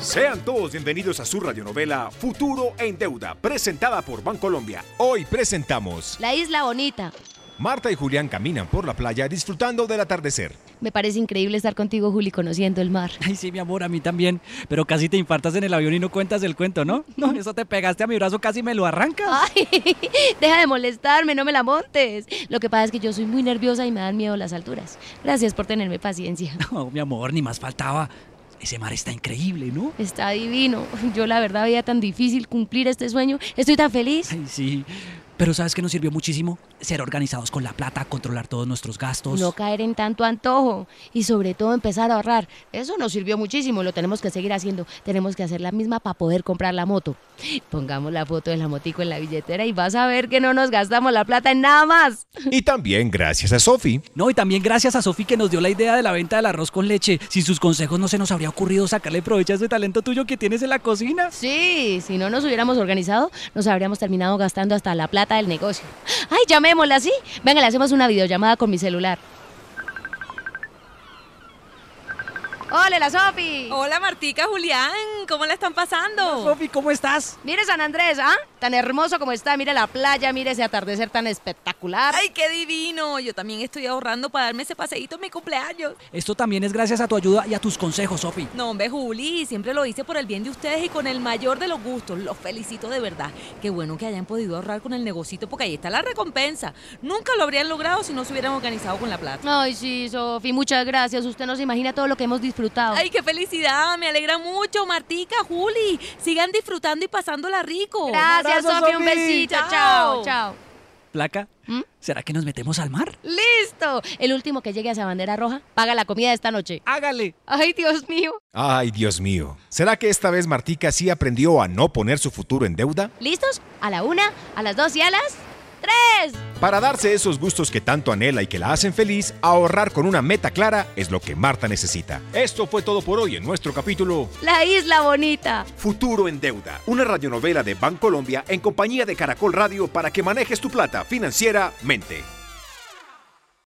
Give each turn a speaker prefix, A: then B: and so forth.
A: Sean todos bienvenidos a su radionovela Futuro en Deuda, presentada por Bancolombia. Hoy presentamos
B: La Isla Bonita.
A: Marta y Julián caminan por la playa disfrutando del atardecer.
B: Me parece increíble estar contigo, Juli, conociendo el mar.
C: Ay, sí, mi amor, a mí también. Pero casi te infartas en el avión y no cuentas el cuento, ¿no? No, eso te pegaste a mi brazo, casi me lo arrancas.
B: Ay, deja de molestarme, no me la montes. Lo que pasa es que yo soy muy nerviosa y me dan miedo las alturas. Gracias por tenerme paciencia.
C: No, mi amor, ni más faltaba. Ese mar está increíble, ¿no?
B: Está divino. Yo la verdad veía tan difícil cumplir este sueño. Estoy tan feliz.
C: Ay, sí. Pero ¿sabes qué nos sirvió muchísimo? Ser organizados con la plata, controlar todos nuestros gastos.
B: No caer en tanto antojo y sobre todo empezar a ahorrar. Eso nos sirvió muchísimo, lo tenemos que seguir haciendo. Tenemos que hacer la misma para poder comprar la moto. Pongamos la foto de la motico en la billetera y vas a ver que no nos gastamos la plata en nada más.
A: Y también gracias a Sofi.
C: No, y también gracias a Sofi que nos dio la idea de la venta del arroz con leche. Sin sus consejos no se nos habría ocurrido sacarle provecho a ese talento tuyo que tienes en la cocina.
B: Sí, si no nos hubiéramos organizado, nos habríamos terminado gastando hasta la plata del negocio. Ay, llamémosla, ¿sí? Venga, le hacemos una videollamada con mi celular. Hola, la Sofi.
D: Hola Martica, Julián, ¿cómo la están pasando?
C: Sofi, ¿cómo estás?
B: Mire San Andrés, ¿ah? Tan hermoso como está, mire la playa, mire ese atardecer tan espectacular.
D: Ay, qué divino. Yo también estoy ahorrando para darme ese paseíto en mi cumpleaños.
C: Esto también es gracias a tu ayuda y a tus consejos, Sofi.
D: No, hombre, Juli, siempre lo hice por el bien de ustedes y con el mayor de los gustos. Los felicito de verdad. Qué bueno que hayan podido ahorrar con el negocito porque ahí está la recompensa. Nunca lo habrían logrado si no se hubieran organizado con la plata.
B: Ay, sí, Sofi, muchas gracias. Usted no se imagina todo lo que hemos disfrutado.
D: Ay, qué felicidad. Me alegra mucho, Martica, Juli. Sigan disfrutando y pasándola rico.
B: gracias,
C: abrazo,
B: Sofi, un
C: Sofi.
B: besito. Chao,
D: Chao.
B: chao. ¿Mm?
C: Placa, ¿será que nos metemos al mar?
B: ¡Listo! El último que llegue a esa bandera roja paga la comida de esta noche.
C: Hágale.
B: Ay, Dios mío.
A: Ay, Dios mío. ¿Será que esta vez Martica sí aprendió a no poner su futuro en deuda?
B: ¿Listos? A la una, a las dos y a las tres.
A: Para darse esos gustos que tanto anhela y que la hacen feliz, ahorrar con una meta clara es lo que Marta necesita. Esto fue todo por hoy en nuestro capítulo
B: La isla bonita.
A: Futuro en Deuda, una radionovela de Bancolombia en compañía de Caracol Radio para que manejes tu plata financieramente.